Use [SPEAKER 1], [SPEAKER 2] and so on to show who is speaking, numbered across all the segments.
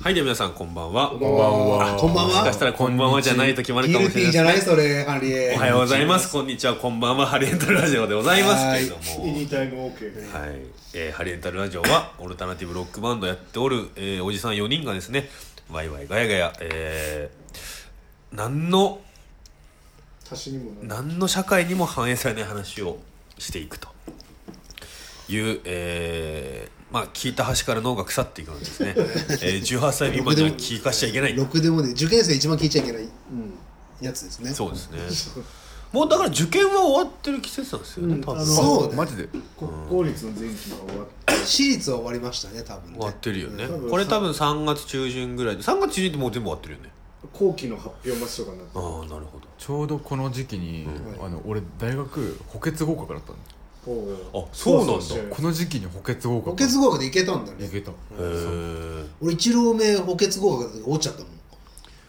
[SPEAKER 1] はい、では皆さん、こんばんは。
[SPEAKER 2] こんばんは
[SPEAKER 1] あ
[SPEAKER 2] こんばんは
[SPEAKER 1] もしかしたら、こんばんはじゃない時もある
[SPEAKER 2] ギ
[SPEAKER 1] かも
[SPEAKER 2] ル
[SPEAKER 1] し
[SPEAKER 2] テ
[SPEAKER 1] れ
[SPEAKER 2] ィ
[SPEAKER 1] な
[SPEAKER 2] ー
[SPEAKER 1] いで
[SPEAKER 2] じゃ
[SPEAKER 1] す
[SPEAKER 2] ない
[SPEAKER 1] ね。
[SPEAKER 2] それハリエ
[SPEAKER 1] おはようございます。こんにちは、こんばんは。ハリエンタルラジオでございますけれど
[SPEAKER 2] は
[SPEAKER 1] も
[SPEAKER 2] い。
[SPEAKER 3] タイム OK
[SPEAKER 1] はい、えーハリエンタルラジオ はオルタナティブロックバンドやっておる、えーおじさん4人がですねワイワイガヤガヤ、えー何の
[SPEAKER 3] 足しにもなる
[SPEAKER 1] 何の社会にも反映されない話をしていくという、えーまあ聞いた端から脳が腐っていくので ですね、えー18歳未満には聞かしちゃいけない
[SPEAKER 2] ろくでもね受験生一番聞いちゃいけないやつですね
[SPEAKER 1] そうですねもうだから受験は終わってる季節なんですよね多分、
[SPEAKER 3] あの
[SPEAKER 2] そうね
[SPEAKER 4] マジで
[SPEAKER 3] 国公立の前期が終わって
[SPEAKER 2] 私立は終わりましたね多分ね
[SPEAKER 1] 終わってるよね、
[SPEAKER 3] うん
[SPEAKER 1] これ多分3月中旬ぐらいで3月中旬ってもう全部終わってるよね
[SPEAKER 3] 後期の発表待ちとかになって
[SPEAKER 1] ああなるほど
[SPEAKER 4] ちょうどこの時期に、あの俺大学補欠合格だったんだ
[SPEAKER 3] こ
[SPEAKER 1] あそうなんだ
[SPEAKER 3] そそ
[SPEAKER 4] この時期に補欠合格
[SPEAKER 2] 補欠合格でいけたんだ
[SPEAKER 4] い
[SPEAKER 2] ね
[SPEAKER 4] けた
[SPEAKER 1] へー
[SPEAKER 2] 俺一浪目補欠合格だけど落ちちゃったもん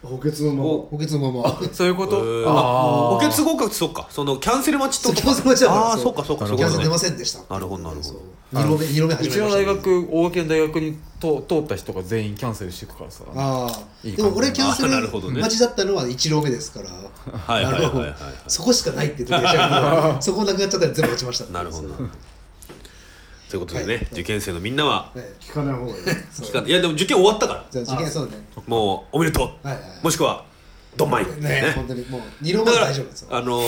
[SPEAKER 3] 補欠のま
[SPEAKER 1] お
[SPEAKER 2] 補欠のまま
[SPEAKER 4] そういうこ
[SPEAKER 1] え
[SPEAKER 4] と、
[SPEAKER 1] ー
[SPEAKER 4] あ
[SPEAKER 1] 補
[SPEAKER 4] ー
[SPEAKER 1] 欠合格ってそうかそのキャンセル待ちってこと
[SPEAKER 2] キャンセル待ちだから
[SPEAKER 1] ああー
[SPEAKER 2] そう
[SPEAKER 1] そうかそうかそう
[SPEAKER 2] キ
[SPEAKER 1] い
[SPEAKER 2] ャ
[SPEAKER 1] うこ
[SPEAKER 2] ンセ
[SPEAKER 1] と
[SPEAKER 2] ル
[SPEAKER 1] ね
[SPEAKER 2] 出ませんでした
[SPEAKER 1] なるほどなるほど
[SPEAKER 2] 二浪目二浪目
[SPEAKER 4] う
[SPEAKER 2] 始
[SPEAKER 4] ち
[SPEAKER 2] ま
[SPEAKER 4] の
[SPEAKER 2] りま
[SPEAKER 4] 大
[SPEAKER 2] したね
[SPEAKER 4] 学大垣の大学にと通った人が全員キャンセルしていくからさ
[SPEAKER 2] ああ
[SPEAKER 4] いい
[SPEAKER 2] でも俺
[SPEAKER 4] 感
[SPEAKER 2] キ
[SPEAKER 4] じ
[SPEAKER 2] ャンセ
[SPEAKER 1] あなるほどね
[SPEAKER 2] ル待ちだったのは一浪目です から
[SPEAKER 1] はいはいはいはいはい
[SPEAKER 2] なるほどそこしかないって言ってたからそこなくなっちゃったら全部落ちました
[SPEAKER 1] なるほどな
[SPEAKER 2] そう
[SPEAKER 1] ということでね、
[SPEAKER 2] はい
[SPEAKER 1] 受験生のみんなは
[SPEAKER 2] ね
[SPEAKER 3] 聞かない方がいい
[SPEAKER 2] そう
[SPEAKER 1] 聞 かないいやでも受験終わったか
[SPEAKER 2] じゃあ受験そうね
[SPEAKER 1] らもうおめでとう、
[SPEAKER 2] はいはい
[SPEAKER 1] もしくはドンマイ、
[SPEAKER 2] ね本当にもう二浪
[SPEAKER 1] だ
[SPEAKER 2] 目
[SPEAKER 1] か
[SPEAKER 2] は
[SPEAKER 1] ら
[SPEAKER 2] 大丈夫ですよ
[SPEAKER 1] あの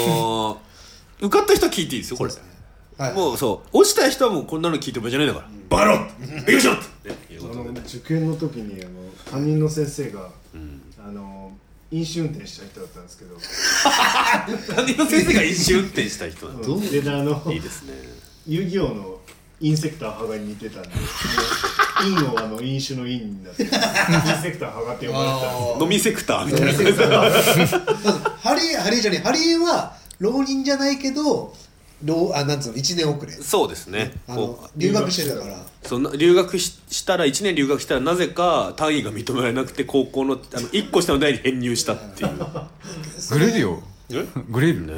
[SPEAKER 1] ー、受かった人は聞いていいですよこれ
[SPEAKER 2] はい
[SPEAKER 1] もうそう落ちた人はもうこんなの聞いてる場合じゃないんだから、バカ野郎勉強しろってねいう
[SPEAKER 3] あ
[SPEAKER 1] こと
[SPEAKER 3] の
[SPEAKER 1] でね
[SPEAKER 3] 受験の時にあの担任の先生が、あの飲酒運転した人だったんですけど
[SPEAKER 1] 担任の先生が一周運転した人なんだ
[SPEAKER 3] うんであの
[SPEAKER 1] いいですね
[SPEAKER 3] 遊戯王のインセクター羽賀に似 てたんで陰をあの飲酒の陰になってインセクター羽賀って呼ばれてたんです
[SPEAKER 1] 飲みセクターみたいな感じ
[SPEAKER 2] まずハリエハリエじゃねえハリエは浪人じゃないけど浪あなんつうの1年遅れ
[SPEAKER 1] そうですね
[SPEAKER 2] あ
[SPEAKER 1] こ
[SPEAKER 2] の
[SPEAKER 1] う
[SPEAKER 2] 留学してたから
[SPEAKER 1] その留学ししたら1年留学したらなぜか単位が認められなくて高校のあの1個下の代に編入したっていう
[SPEAKER 4] グレるよ
[SPEAKER 1] え
[SPEAKER 4] グレるね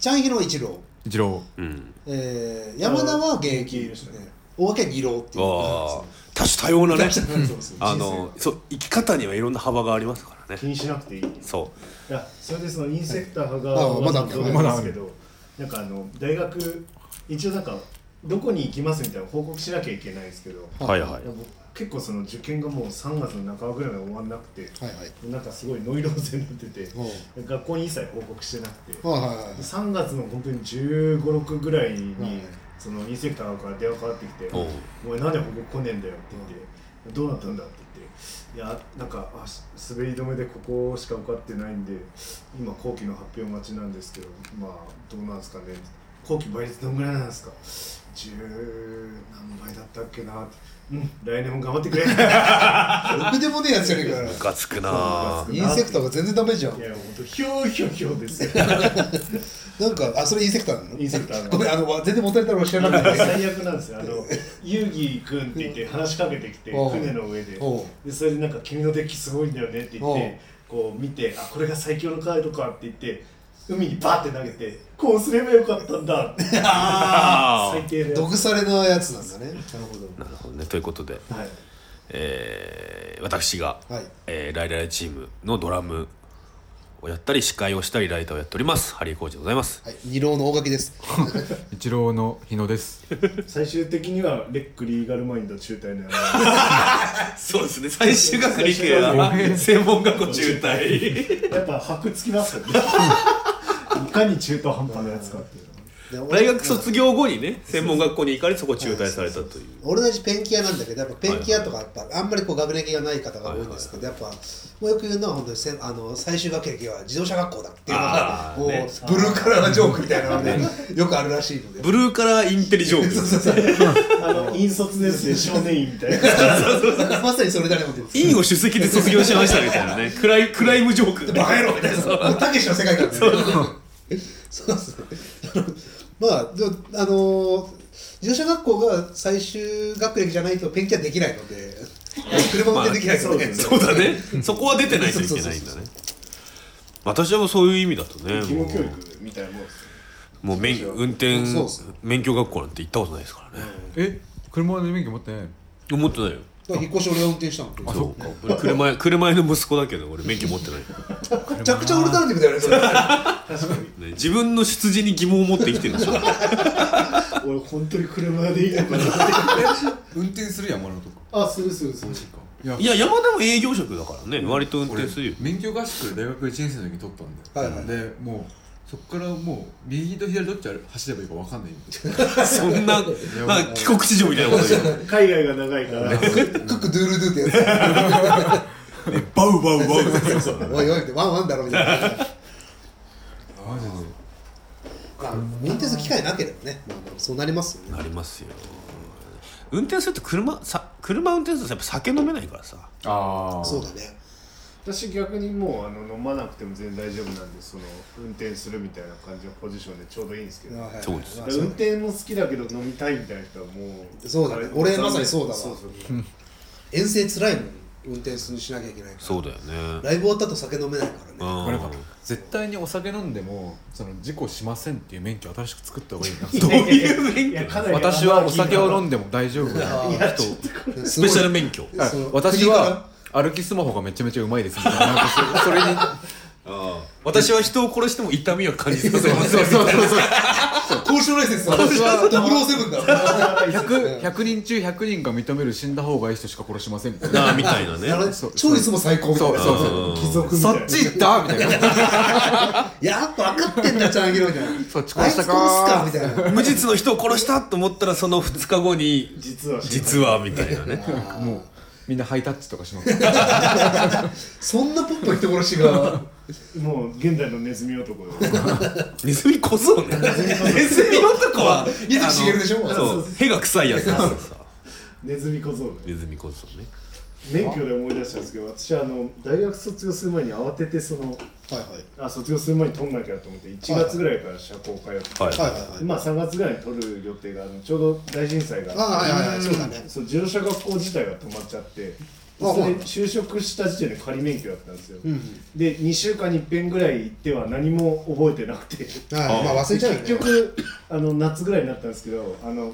[SPEAKER 2] チャンヒロは一浪、
[SPEAKER 4] 一郎
[SPEAKER 1] うん
[SPEAKER 2] えー、山田は現役
[SPEAKER 3] 現役でしたね
[SPEAKER 2] 大分は二浪っていう
[SPEAKER 1] ああ多種多様な ね
[SPEAKER 2] そうそうそう
[SPEAKER 1] あ のそう生き方にはいろんな幅がありますからね
[SPEAKER 3] 気にしなくていい
[SPEAKER 1] そ
[SPEAKER 3] いやそれでそのインセクター派
[SPEAKER 2] はいあ
[SPEAKER 3] が
[SPEAKER 2] まだある
[SPEAKER 3] どうなんですけど、なんかあの大学一応なんかどこに行きますみたいな報告しなきゃいけないんですけど、
[SPEAKER 1] うはいはい
[SPEAKER 3] いや僕結構その受験がもう3月の半ばぐらいまで終わんなくて、
[SPEAKER 2] はいはい
[SPEAKER 3] なんかすごいノイローゼになってて、
[SPEAKER 2] おう
[SPEAKER 3] 学校に一切報告してなくて、
[SPEAKER 2] はいはいはい
[SPEAKER 3] 3月の本当に1 5 6ぐらいに、
[SPEAKER 2] はい
[SPEAKER 3] そのインセクターから電話かかってきて
[SPEAKER 1] おう
[SPEAKER 3] 「お前なんでここ来ねえんだよ」って言って「どうなったんだ?」って言って「いやなんかあし滑り止めでここしか受かってないんで今後期の発表待ちなんですけどまあどうなんですかね」後期倍率どんぐらいなんですか?」十何倍だったっけなってうん来年も頑張ってくれ い
[SPEAKER 2] ろくでもねえやつじゃね えから
[SPEAKER 1] うがつくな
[SPEAKER 3] ムカつ
[SPEAKER 2] インセクターが全然ダメじゃん
[SPEAKER 3] や本当ひょうひょうひょうですよ
[SPEAKER 2] なんかあそれインセクターなの
[SPEAKER 3] インセクターなの
[SPEAKER 2] ごめんあのわ全然モテれたの知らなかった
[SPEAKER 3] 最悪なんですよあの遊戯君って言って話しかけてきて
[SPEAKER 2] おう
[SPEAKER 3] 船の上で
[SPEAKER 2] おう
[SPEAKER 3] でそれでなんか「君のデッキすごいんだよね」って言っ
[SPEAKER 2] おう
[SPEAKER 3] てこう見て「あこれが最強のカードか」って言って海にバーって投げて「こうすればよかったんだ」
[SPEAKER 1] あ
[SPEAKER 3] 最低では
[SPEAKER 2] 毒されのやつなんだねなるほど
[SPEAKER 1] なるほどねということで、
[SPEAKER 3] い
[SPEAKER 1] えー私が、
[SPEAKER 2] はい
[SPEAKER 1] えーライライチームのドラムをやったり司会をしたりライターをやっておりますハリーコーチでございます
[SPEAKER 2] はい二浪の大垣です
[SPEAKER 4] 一郎の日野です
[SPEAKER 3] 最終的にはレックリーガルマインド中退のや
[SPEAKER 1] そうですね最終学
[SPEAKER 3] 理系だ
[SPEAKER 1] 専門学校中退
[SPEAKER 3] つやっぱ箔つきま すよねいかに中途半端なやつかっていうのは
[SPEAKER 2] で俺
[SPEAKER 1] 大学卒業後にね専門学校に行かれそこ中退されたという
[SPEAKER 2] 俺たちペンキ屋なんだけどやっぱペンキ屋とかやっぱあんまりこう学歴がない方が多いんですけどやっぱもうよく言うのは本当にせんあの最終学歴は自動車学校だっていうの
[SPEAKER 1] あ
[SPEAKER 2] が
[SPEAKER 1] ー
[SPEAKER 2] こう、
[SPEAKER 1] ね
[SPEAKER 2] ブルーカラージョークみたいなのでよくあるらしいの で
[SPEAKER 1] ブルーカラーインテリジョーク
[SPEAKER 3] あの引率ですね少年院みたい な
[SPEAKER 2] まさにそれだね本当に
[SPEAKER 1] インを首席で卒業しましたみたいなねクライクライムジョーク
[SPEAKER 2] バカ野郎みたいなたけしの世界観で、ね、そうそうまあでもあのー自動車学校が最終学歴じゃないとペンキ屋できないので車運
[SPEAKER 1] まあ
[SPEAKER 2] 転できないので、
[SPEAKER 1] そうだねそこは出てないといけないんだね私はもうそういう意味だとね
[SPEAKER 3] 義務教
[SPEAKER 1] もう
[SPEAKER 3] 育みたいなもんです
[SPEAKER 1] もう免運転
[SPEAKER 2] そうっす
[SPEAKER 1] 免許学校なんて行ったことないですからね
[SPEAKER 4] え車の免許持ってないの
[SPEAKER 1] 思ってないよ
[SPEAKER 2] から引っ越し俺が運転したの
[SPEAKER 1] そ
[SPEAKER 2] そう
[SPEAKER 1] か俺車屋車屋の息子だけど俺免許持ってない、
[SPEAKER 2] うめちゃくちゃオルタナティブだよねそれ
[SPEAKER 3] 確かに
[SPEAKER 1] ね自分の出自に疑問を持って生きてるでしょ
[SPEAKER 3] 俺本当に車でいいのかなって
[SPEAKER 4] 運転するやん、マルとか。
[SPEAKER 3] あするするする
[SPEAKER 4] いや
[SPEAKER 1] いや山田も営業職だからね、割と運
[SPEAKER 4] 俺
[SPEAKER 1] 転するよ
[SPEAKER 4] 免許合宿で大学1年生の時に取ったんだよ、
[SPEAKER 2] はいはい
[SPEAKER 4] でもうそこからもう右と左どっち走ればいいか分かんないみたいな
[SPEAKER 1] そ んななんか帰国子女みたいなこと言うね
[SPEAKER 3] 海外が長いから
[SPEAKER 2] クックドゥルドゥってや
[SPEAKER 1] バウバウバウって
[SPEAKER 2] つおいおいってワンワンだろみたいな
[SPEAKER 4] マジで
[SPEAKER 2] まあ運転する機会なければね、まあ、まあそうなりますよね
[SPEAKER 1] なりますよ運転すると車さ車運転するとやっぱ酒飲めないからさ
[SPEAKER 4] ああ
[SPEAKER 2] そうだね
[SPEAKER 3] 私逆にもうあの飲まなくても全然大丈夫なんでその運転するみたいな感じのポジションでちょうどいいんですけど、
[SPEAKER 2] はい
[SPEAKER 1] そうです
[SPEAKER 2] まあ
[SPEAKER 3] 運転も好きだけど飲みたいみたいな人はもう
[SPEAKER 2] そうだね
[SPEAKER 3] あれ
[SPEAKER 2] 俺まさにそうだわ
[SPEAKER 3] そうそう
[SPEAKER 2] 遠征つらいもん運転するしなきゃいけないから
[SPEAKER 1] そうだよね
[SPEAKER 2] ライブ終わったと酒飲めないからね
[SPEAKER 4] これなん
[SPEAKER 1] う
[SPEAKER 4] か絶対にお酒飲んでもその事故しませんっていう免許新しく作った方 がいい
[SPEAKER 1] ど
[SPEAKER 4] な
[SPEAKER 1] ういう免
[SPEAKER 3] いや
[SPEAKER 1] 許
[SPEAKER 3] かなり
[SPEAKER 4] 私はお酒を飲
[SPEAKER 3] ん
[SPEAKER 4] んでも大丈夫な人
[SPEAKER 2] い
[SPEAKER 1] ス
[SPEAKER 2] ス
[SPEAKER 1] ペシャル免許
[SPEAKER 4] あ私は歩きスマホがめちゃめちゃうまいですみたい ななんかそそれに
[SPEAKER 1] 私は人を殺しても痛みは感じさせ ません
[SPEAKER 4] そうそうそうそう
[SPEAKER 2] 交渉ライセンス私は007だ
[SPEAKER 4] 100, 100人中100人が認める死んだ方がいい人しか殺しま せんみたいな
[SPEAKER 1] なあみたいなね
[SPEAKER 2] やられ調理すも最高みたいな
[SPEAKER 4] そうそう
[SPEAKER 1] うん
[SPEAKER 3] 貴族みた
[SPEAKER 4] そ
[SPEAKER 3] いな
[SPEAKER 4] っち行ったみたいな
[SPEAKER 2] やっぱ分かってんだチャンギロみたいな
[SPEAKER 4] そっち殺したか
[SPEAKER 2] あいつ殺すかみたいな
[SPEAKER 1] 無実の人を殺したと思ったらその2日後に
[SPEAKER 3] 実は
[SPEAKER 1] 実はみたいな ね
[SPEAKER 4] もうみんなハイタッチとかします
[SPEAKER 2] そんなポップな人殺しが
[SPEAKER 3] もう現代のネズミ男よ
[SPEAKER 1] ネズミこそねネズミ男は
[SPEAKER 2] 水木しげるでしょ
[SPEAKER 1] あのそう屁が臭いやつだからさ
[SPEAKER 3] ネズミ小僧ね
[SPEAKER 1] ネズミこそね
[SPEAKER 3] 免許で思い出したんですけど私あの大学卒業する前に慌ててそ
[SPEAKER 2] は
[SPEAKER 3] の
[SPEAKER 2] いはい
[SPEAKER 3] あ卒業する前に取んなきゃと思って1月ぐらいから社交会
[SPEAKER 1] は
[SPEAKER 3] を
[SPEAKER 1] い
[SPEAKER 2] はいはいはい
[SPEAKER 3] まあ3月ぐらいに取る予定があのちょうど大震災が
[SPEAKER 2] あはいはいはいそうだね
[SPEAKER 3] そう自動車学校自体が止まっちゃって
[SPEAKER 2] あ
[SPEAKER 3] そ
[SPEAKER 2] は
[SPEAKER 3] れ
[SPEAKER 2] い
[SPEAKER 3] で就職した時点で仮免許だったんですよ、
[SPEAKER 2] うんうん
[SPEAKER 3] で2週間に一遍ぐらい行っては何も覚えてなくて
[SPEAKER 2] はいまあ忘れちゃうよね
[SPEAKER 3] 結局あの夏ぐらいになったんですけどあの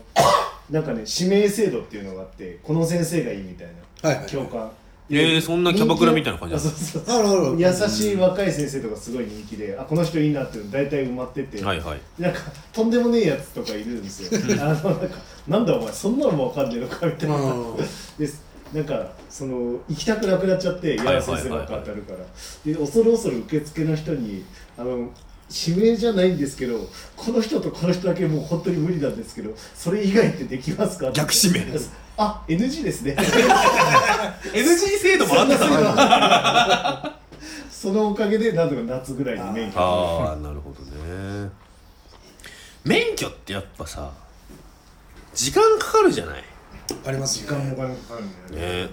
[SPEAKER 3] なんかね指名制度っていうのがあってこの先生がいいみたい
[SPEAKER 2] はいはい
[SPEAKER 3] な教官
[SPEAKER 1] えーそんなキャバクラみたいな感じ
[SPEAKER 3] あ
[SPEAKER 1] な
[SPEAKER 3] そ
[SPEAKER 1] の
[SPEAKER 3] うそう
[SPEAKER 2] あるある
[SPEAKER 3] 優しい若い先生とかすごい人気であこの人いいなっていうの大体埋まってて、
[SPEAKER 1] はいはい
[SPEAKER 3] なんかとんでもねえやつとかいるんですよあのなんかなんだお前そんなのもわかんねえのかみたいな
[SPEAKER 2] うん
[SPEAKER 3] ですなんかその行きたくなくなっちゃっ
[SPEAKER 1] はい
[SPEAKER 3] て
[SPEAKER 1] はい
[SPEAKER 3] や
[SPEAKER 1] はいはい
[SPEAKER 3] 先生ばっか当たるから、で恐る恐る受付の人にあの指名じゃないんですけどこの人とこの人だけもう本当に無理なんですけどそれ以外ってできますかって
[SPEAKER 1] 逆指名
[SPEAKER 3] あ NG ですね
[SPEAKER 1] NG 制度もあんだな
[SPEAKER 3] そのおかげでなんとか夏ぐらいに免許
[SPEAKER 1] ああなるほどね免許ってやっぱさ時間かかるじゃない
[SPEAKER 2] あります
[SPEAKER 3] 時
[SPEAKER 2] よ
[SPEAKER 3] 間もお
[SPEAKER 2] ね
[SPEAKER 3] 金もかかるんだよね
[SPEAKER 1] ね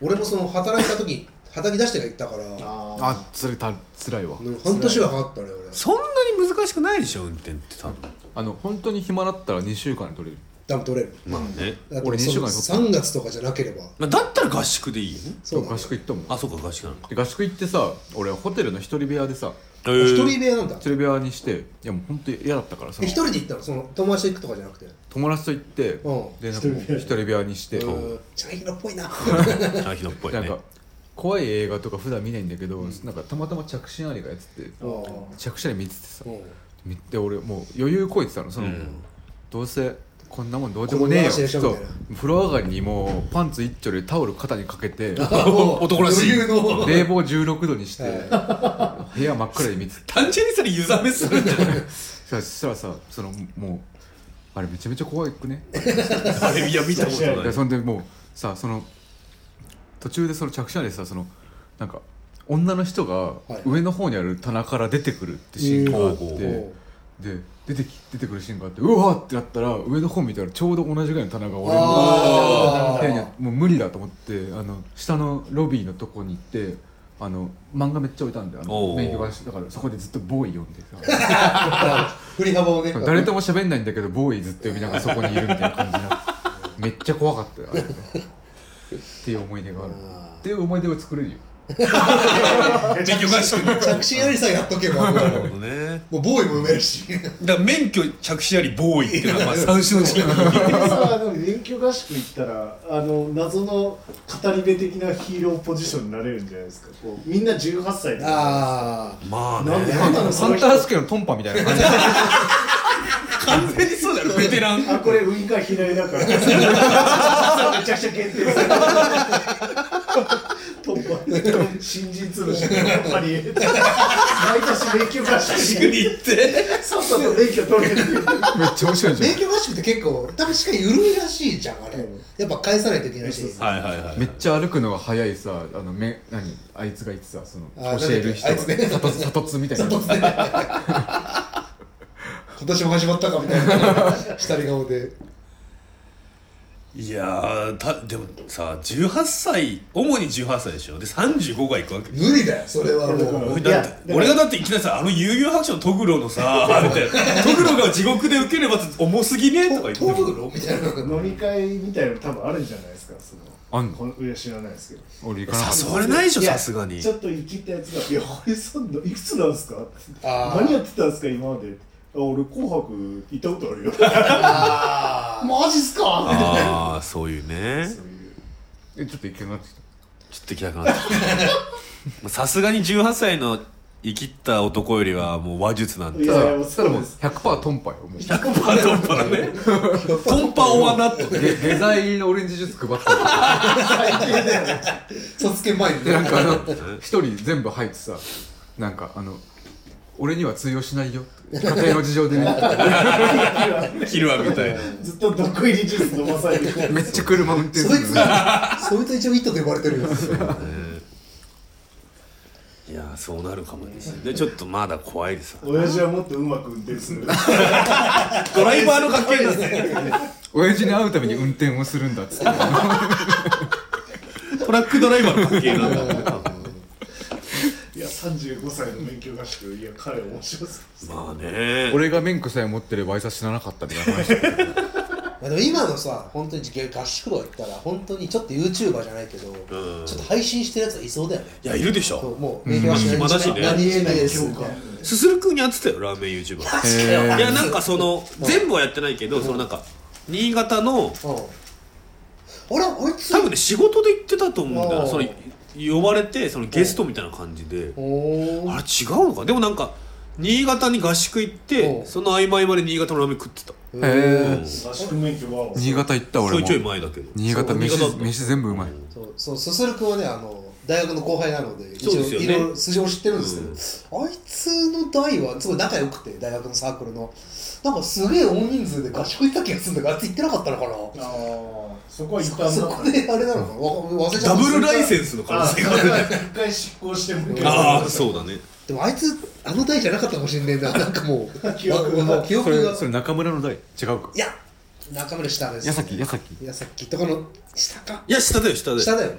[SPEAKER 2] 俺もその働いた時働き出してから行ったから
[SPEAKER 3] あー
[SPEAKER 4] あそれたつらいわ
[SPEAKER 2] 半年はかかったね俺
[SPEAKER 1] そんなに難しくないでしょ運転って多分
[SPEAKER 4] あの本当に暇だったら2週間で取れる
[SPEAKER 2] 多分取れる
[SPEAKER 1] まあね、
[SPEAKER 2] だって
[SPEAKER 4] 俺二週間
[SPEAKER 2] その3月とかじゃなければ
[SPEAKER 1] まあ、だったら合宿でいいよね
[SPEAKER 2] そうだね
[SPEAKER 4] 合宿行ったもん
[SPEAKER 1] あそうか合宿なのか
[SPEAKER 4] で合宿行ってさ俺はホテルの一人部屋でさ
[SPEAKER 1] え
[SPEAKER 2] あ一人
[SPEAKER 1] ー、
[SPEAKER 2] 部屋なんだ
[SPEAKER 4] 一人部屋にしていやもう本当に嫌だったからそ
[SPEAKER 2] え
[SPEAKER 4] の
[SPEAKER 2] 一人で行ったのその友達と行くとかじゃなくて
[SPEAKER 4] 友達と行って、
[SPEAKER 2] うん
[SPEAKER 4] でなんかもう一人部屋にして、
[SPEAKER 2] う
[SPEAKER 1] うん
[SPEAKER 2] ーんチャイナっぽいな
[SPEAKER 1] あひのっぽい
[SPEAKER 4] な
[SPEAKER 1] ね
[SPEAKER 4] んか怖い映画とか普段見ないんだけど、なんかたまたま着信ありがやってて
[SPEAKER 2] あー
[SPEAKER 4] 着信あり見ててさ
[SPEAKER 2] うん
[SPEAKER 4] 見て俺もう余裕こいてたのそ
[SPEAKER 1] う
[SPEAKER 4] の、
[SPEAKER 1] ん
[SPEAKER 4] どうせこんなもんどうでもねえ
[SPEAKER 2] こんなも
[SPEAKER 4] よ
[SPEAKER 2] んしてるでしょ
[SPEAKER 4] そう
[SPEAKER 2] みたい
[SPEAKER 4] 風呂上がりにもうパンツ一丁でタオル肩にか けて
[SPEAKER 1] 男らしい
[SPEAKER 2] 余裕の
[SPEAKER 4] 冷房16度にして、
[SPEAKER 2] は
[SPEAKER 4] 部屋真っ暗で見て
[SPEAKER 1] 単純にそれ湯冷めするんじゃない
[SPEAKER 4] そしたらさそのもうあれめちゃめちゃ怖いくね
[SPEAKER 1] あれ いや見たことない
[SPEAKER 4] でそんでもうさその途中でその着信ありでさそのなんか女の人が
[SPEAKER 2] はい
[SPEAKER 4] 上の方にある棚から出てくるってシーンがあって、
[SPEAKER 1] うん
[SPEAKER 2] お
[SPEAKER 4] で出てき出てくるシーンがあってうわーってなったら上の方見たらちょうど同じぐらいの棚が俺の
[SPEAKER 2] あ
[SPEAKER 4] 部屋にあ
[SPEAKER 2] ー
[SPEAKER 4] ってもう無理だと思ってあの下のロビーのとこに行ってあの漫画めっちゃ置いたんであ
[SPEAKER 1] お
[SPEAKER 4] の
[SPEAKER 1] ー
[SPEAKER 4] 免許がだからそこでずっとボーイ読んでさ
[SPEAKER 2] 振り幅をね
[SPEAKER 4] 誰とも喋んないんだけどボーイずっと読みながらそこにいるみたいな感じになってめっちゃ怖かったよあれっていう思い出がある
[SPEAKER 2] あー
[SPEAKER 4] っていう思い出を作れるよ
[SPEAKER 1] 免許合宿に
[SPEAKER 2] 着信よりさえやっとけばも
[SPEAKER 1] なるほ
[SPEAKER 2] う
[SPEAKER 1] どね
[SPEAKER 2] もうボーイも埋めるし
[SPEAKER 1] だから免許着手ありボーイっていうのは まあ三種の神器
[SPEAKER 3] さあの勉強合宿行ったらあの謎の語り部的なヒーローポジションになれるんじゃないですかこうみんな18歳とか
[SPEAKER 2] ああ
[SPEAKER 1] まあ
[SPEAKER 3] なん
[SPEAKER 1] ね
[SPEAKER 3] で
[SPEAKER 4] ハ
[SPEAKER 3] なんだろうその
[SPEAKER 4] ン
[SPEAKER 3] 人
[SPEAKER 4] タースケのトンパみたいな 感じ
[SPEAKER 1] 完全にそうだよベテラン
[SPEAKER 3] あこれウイカ左だからめちゃくちゃ限定するトッパ新人潰しのトッパに毎年勉強合宿に
[SPEAKER 1] 行って
[SPEAKER 3] さっさと免許取れる
[SPEAKER 4] めっちゃ面白いじゃ
[SPEAKER 2] 勉強合宿って結構多分しか緩いらしいじゃんあれ
[SPEAKER 3] うん
[SPEAKER 2] やっぱ返さないといけないし
[SPEAKER 1] はいはいはい
[SPEAKER 4] んめっちゃ歩くのが速いさあのめ何あいつが言ってたその
[SPEAKER 2] あー
[SPEAKER 4] 教える人が
[SPEAKER 2] なんだっけあいつね
[SPEAKER 4] 里津里津みたいな
[SPEAKER 2] 今年も始まったかみたいな下り顔で
[SPEAKER 1] いやーたでもさ18歳主に18歳でしょで35が行くわけ
[SPEAKER 2] 無理だよそれはもう
[SPEAKER 3] い
[SPEAKER 1] だ
[SPEAKER 3] や
[SPEAKER 1] って俺がだっていきなりさ「あの遊戯王白書のトグロのさ」みたいな「トグロが地獄で受ければ重すぎね」とか言って
[SPEAKER 2] ト
[SPEAKER 1] も
[SPEAKER 2] グロみたいな
[SPEAKER 3] 飲み会みたいなの多分あるんじゃないですかその
[SPEAKER 4] あんの
[SPEAKER 3] この上知らないですけど
[SPEAKER 4] 俺行かなかった
[SPEAKER 1] 誘われないでしょ
[SPEAKER 3] いや
[SPEAKER 1] さすがに
[SPEAKER 3] ちょっと生きたやつが「いや堀さんのいくつなんですか?」って
[SPEAKER 2] あー
[SPEAKER 3] 何やってたんですか今まで」あ俺紅白行ったことあるよ
[SPEAKER 2] あ
[SPEAKER 3] マジっすか
[SPEAKER 1] ああそういうね
[SPEAKER 3] そういう
[SPEAKER 4] えちょっと行けなくなって
[SPEAKER 1] ち
[SPEAKER 4] きた
[SPEAKER 1] ょっと行きたくなってきたさすがに18歳の生きった男よりはもう話術なん
[SPEAKER 3] い
[SPEAKER 1] て
[SPEAKER 3] や
[SPEAKER 4] ただ
[SPEAKER 3] そ
[SPEAKER 4] そうれ
[SPEAKER 3] で
[SPEAKER 4] もう
[SPEAKER 3] す
[SPEAKER 4] 100%トンパよもう
[SPEAKER 1] トンパトンパだねトンパオアナット
[SPEAKER 4] でデザインのオレンジジュース配って
[SPEAKER 2] 卒検前に
[SPEAKER 4] で
[SPEAKER 2] ね
[SPEAKER 4] なんかあの一人全部入ってさなんかあの俺には通用しないよ家庭の事情でね
[SPEAKER 1] 切るわみたいな
[SPEAKER 3] ずっと毒入りジュース飲まされてる
[SPEAKER 4] めっちゃ車運転す
[SPEAKER 2] そい
[SPEAKER 4] る
[SPEAKER 2] つ
[SPEAKER 4] のに
[SPEAKER 2] そいつ一応「イット」と呼ばれてるよ
[SPEAKER 1] いやーそうなるかもですねでちょっとまだ怖いですわ
[SPEAKER 3] 親父はもっとうまく運転する
[SPEAKER 1] ドライバーの関係ですね
[SPEAKER 4] 親父に会うために運転をするんだっつって
[SPEAKER 1] トラックドライバーの関係なんだ
[SPEAKER 3] いや35歳の免許合宿いや彼面白そうです
[SPEAKER 1] まあね
[SPEAKER 4] 俺が免許さえ持ってればあいつは死ななかったみたいな話
[SPEAKER 2] まあでも今のさ本当に合宿とか行ったら本当にちょっと YouTuber じゃないけど、ちょっと配信してるやつはいそうだよね
[SPEAKER 1] いやいるでし
[SPEAKER 2] そう
[SPEAKER 1] ょ
[SPEAKER 2] もう勉強はしない
[SPEAKER 1] 暇だしね
[SPEAKER 2] 何気ないです
[SPEAKER 3] 今日か
[SPEAKER 1] すするくんやってたよラーメン YouTuber
[SPEAKER 4] へ
[SPEAKER 1] いやなんかその全部はやってないけどそのなんか新潟の
[SPEAKER 2] うんあれあいつ
[SPEAKER 1] 多分ね仕事で行ってたと思うんだよ
[SPEAKER 2] あ
[SPEAKER 1] な
[SPEAKER 2] ー
[SPEAKER 1] その呼ばれてそのゲストみたいな感じで
[SPEAKER 2] おー
[SPEAKER 1] あれ違うのかでもなんか新潟に合宿行っ
[SPEAKER 2] お
[SPEAKER 1] て
[SPEAKER 2] う
[SPEAKER 1] その合間合間で新潟のラーメン食ってた
[SPEAKER 2] へ
[SPEAKER 4] え
[SPEAKER 1] うん
[SPEAKER 3] 合宿免許は
[SPEAKER 4] 新潟行った
[SPEAKER 1] ちょ
[SPEAKER 4] 俺
[SPEAKER 1] い
[SPEAKER 4] も
[SPEAKER 1] ちょい前だけど
[SPEAKER 4] 新潟飯
[SPEAKER 1] そう新潟だった
[SPEAKER 4] 飯全部うまい
[SPEAKER 2] そうそうすするくんはねあの大学の後輩なので一
[SPEAKER 1] そう
[SPEAKER 2] 応
[SPEAKER 1] ですよね
[SPEAKER 2] いろいろ素性を知ってるんですけど、あいつの代はすごい仲良くて大学のサークルのなんかすげえ大人数で合宿行った気がするんだけどあいつ行ってなかったのかな
[SPEAKER 3] ああそこは一旦
[SPEAKER 2] そこであれなのかなわ忘れちゃ
[SPEAKER 1] ダ
[SPEAKER 2] った
[SPEAKER 1] ブルライセンスの可能
[SPEAKER 3] あそ
[SPEAKER 1] 性
[SPEAKER 3] れ
[SPEAKER 1] がある
[SPEAKER 3] は一回執行しても
[SPEAKER 1] ああそうだね
[SPEAKER 2] でもあいつあの代じゃなかったかもしれねえななんかもう
[SPEAKER 3] 記憶が
[SPEAKER 2] わわ記
[SPEAKER 4] そ
[SPEAKER 2] 憶が
[SPEAKER 4] れそれ中村の代違うか
[SPEAKER 2] いや中村下です
[SPEAKER 4] 矢崎矢崎
[SPEAKER 2] 矢崎とかの下か
[SPEAKER 1] いや下だよ下だ
[SPEAKER 2] 下
[SPEAKER 1] よ
[SPEAKER 2] だよね、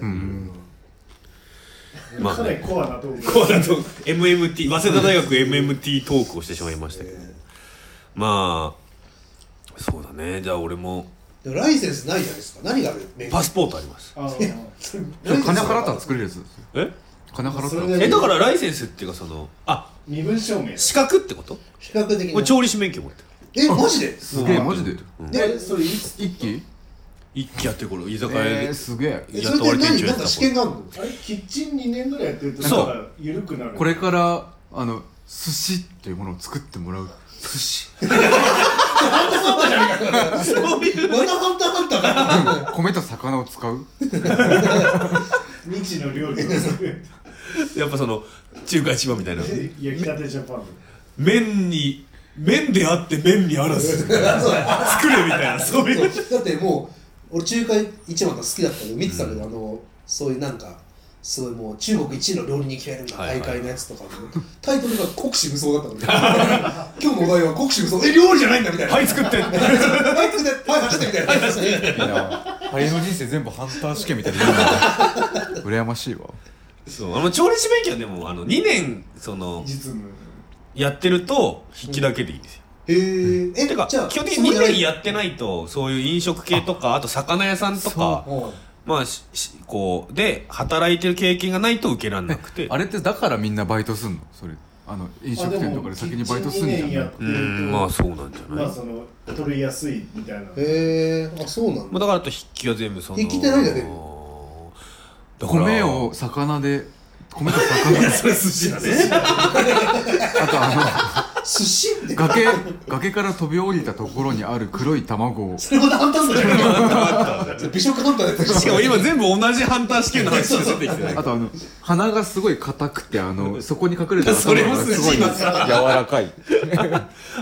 [SPEAKER 1] まあ
[SPEAKER 3] かなり
[SPEAKER 1] ね
[SPEAKER 3] コアなと思う
[SPEAKER 1] こうだ と MMT 早稲田大学 MMT トークをしてしまいましたけどまあそうだねじゃあ俺も
[SPEAKER 2] でもライセンスないじゃないですか何がある免許
[SPEAKER 1] パスポートあります
[SPEAKER 3] あ
[SPEAKER 4] 金払ったら作れるやつ
[SPEAKER 1] え
[SPEAKER 4] 金払った
[SPEAKER 3] それ
[SPEAKER 4] ら
[SPEAKER 3] で
[SPEAKER 1] えだからライセンスっていうかそのあ
[SPEAKER 3] 身分証明
[SPEAKER 1] 資格ってこと
[SPEAKER 2] 比較的
[SPEAKER 1] 俺
[SPEAKER 2] に
[SPEAKER 1] 調理師免許持ってる
[SPEAKER 2] えマジです
[SPEAKER 4] げえマジで
[SPEAKER 3] でそれいつ
[SPEAKER 4] 一気
[SPEAKER 1] 一気やってる頃居酒屋
[SPEAKER 4] え
[SPEAKER 1] で
[SPEAKER 4] ー、すげえ
[SPEAKER 2] え
[SPEAKER 1] やっ
[SPEAKER 2] それ
[SPEAKER 1] と割
[SPEAKER 2] で
[SPEAKER 1] と
[SPEAKER 2] 何
[SPEAKER 1] 一応や
[SPEAKER 2] なん
[SPEAKER 1] っ
[SPEAKER 2] か
[SPEAKER 1] た
[SPEAKER 2] 試験があるの
[SPEAKER 3] あれキッチン2年ぐらいやってると
[SPEAKER 1] そう
[SPEAKER 3] なんか緩くなる
[SPEAKER 4] これからあの寿司っていうものを作ってもらう寿司
[SPEAKER 1] そういう
[SPEAKER 2] またハンターハンターか
[SPEAKER 4] 米と魚を使う
[SPEAKER 3] 未知の料理を作る
[SPEAKER 1] やっぱその中華市場みたいな
[SPEAKER 3] 焼きたてジャパン
[SPEAKER 1] 麺に麺であって麺にあらず 作れ
[SPEAKER 2] そうだよ
[SPEAKER 1] みたいなそういう
[SPEAKER 2] そうだってもう俺中華一番が好きだったけど見てたけど、あのそういうなんかすごいもう中国一位の料理に決めるんだ
[SPEAKER 1] はいはい
[SPEAKER 2] 大会のやつとかも、タイトルが国士無双だったので 今日のお題は国士無双え料理じゃないんだみたいな
[SPEAKER 1] はい作ってって
[SPEAKER 2] はい作ってはい走ってみたいな
[SPEAKER 4] あれの人生全部ハンター試験みたいなのやるんだ 羨ましいわ
[SPEAKER 1] そうあの調理師免許はでもあの2年その
[SPEAKER 3] 実務
[SPEAKER 1] やってると筆記だけでいいんですよ、
[SPEAKER 2] へーえ
[SPEAKER 1] てか基本的に2年やってないとそういう飲食系とかあと魚屋さんとか
[SPEAKER 2] うん
[SPEAKER 1] まあししこうで働いてる経験がないと受けられなくて
[SPEAKER 4] あれってだからみんなバイトすんのそれあの飲食店とかで先にバイトすんじゃ
[SPEAKER 3] あでもキ
[SPEAKER 4] ん
[SPEAKER 3] ッチンユニオンやっ
[SPEAKER 1] う
[SPEAKER 3] てると
[SPEAKER 1] んまあそうなんじゃない、
[SPEAKER 3] まあその取りやすいみたいな
[SPEAKER 2] へえあそうなん
[SPEAKER 1] まあ、だ
[SPEAKER 2] だ
[SPEAKER 1] からあと筆記は全部その
[SPEAKER 2] 筆記って何だっけ
[SPEAKER 1] だから
[SPEAKER 4] 米を魚で米と魚で
[SPEAKER 1] それ寿司だね
[SPEAKER 4] あとあ
[SPEAKER 2] 寿司って
[SPEAKER 4] の崖崖から飛び降りたところにある黒い卵を
[SPEAKER 2] それまたハンターだ よ美食ハンターだった
[SPEAKER 1] しかも今全部同じハンター試験の話が出てきてない
[SPEAKER 4] あとあの鼻がすごい硬くて あのそこに隠れた
[SPEAKER 1] それも
[SPEAKER 4] 頭が
[SPEAKER 1] 筋
[SPEAKER 4] すごい柔らかい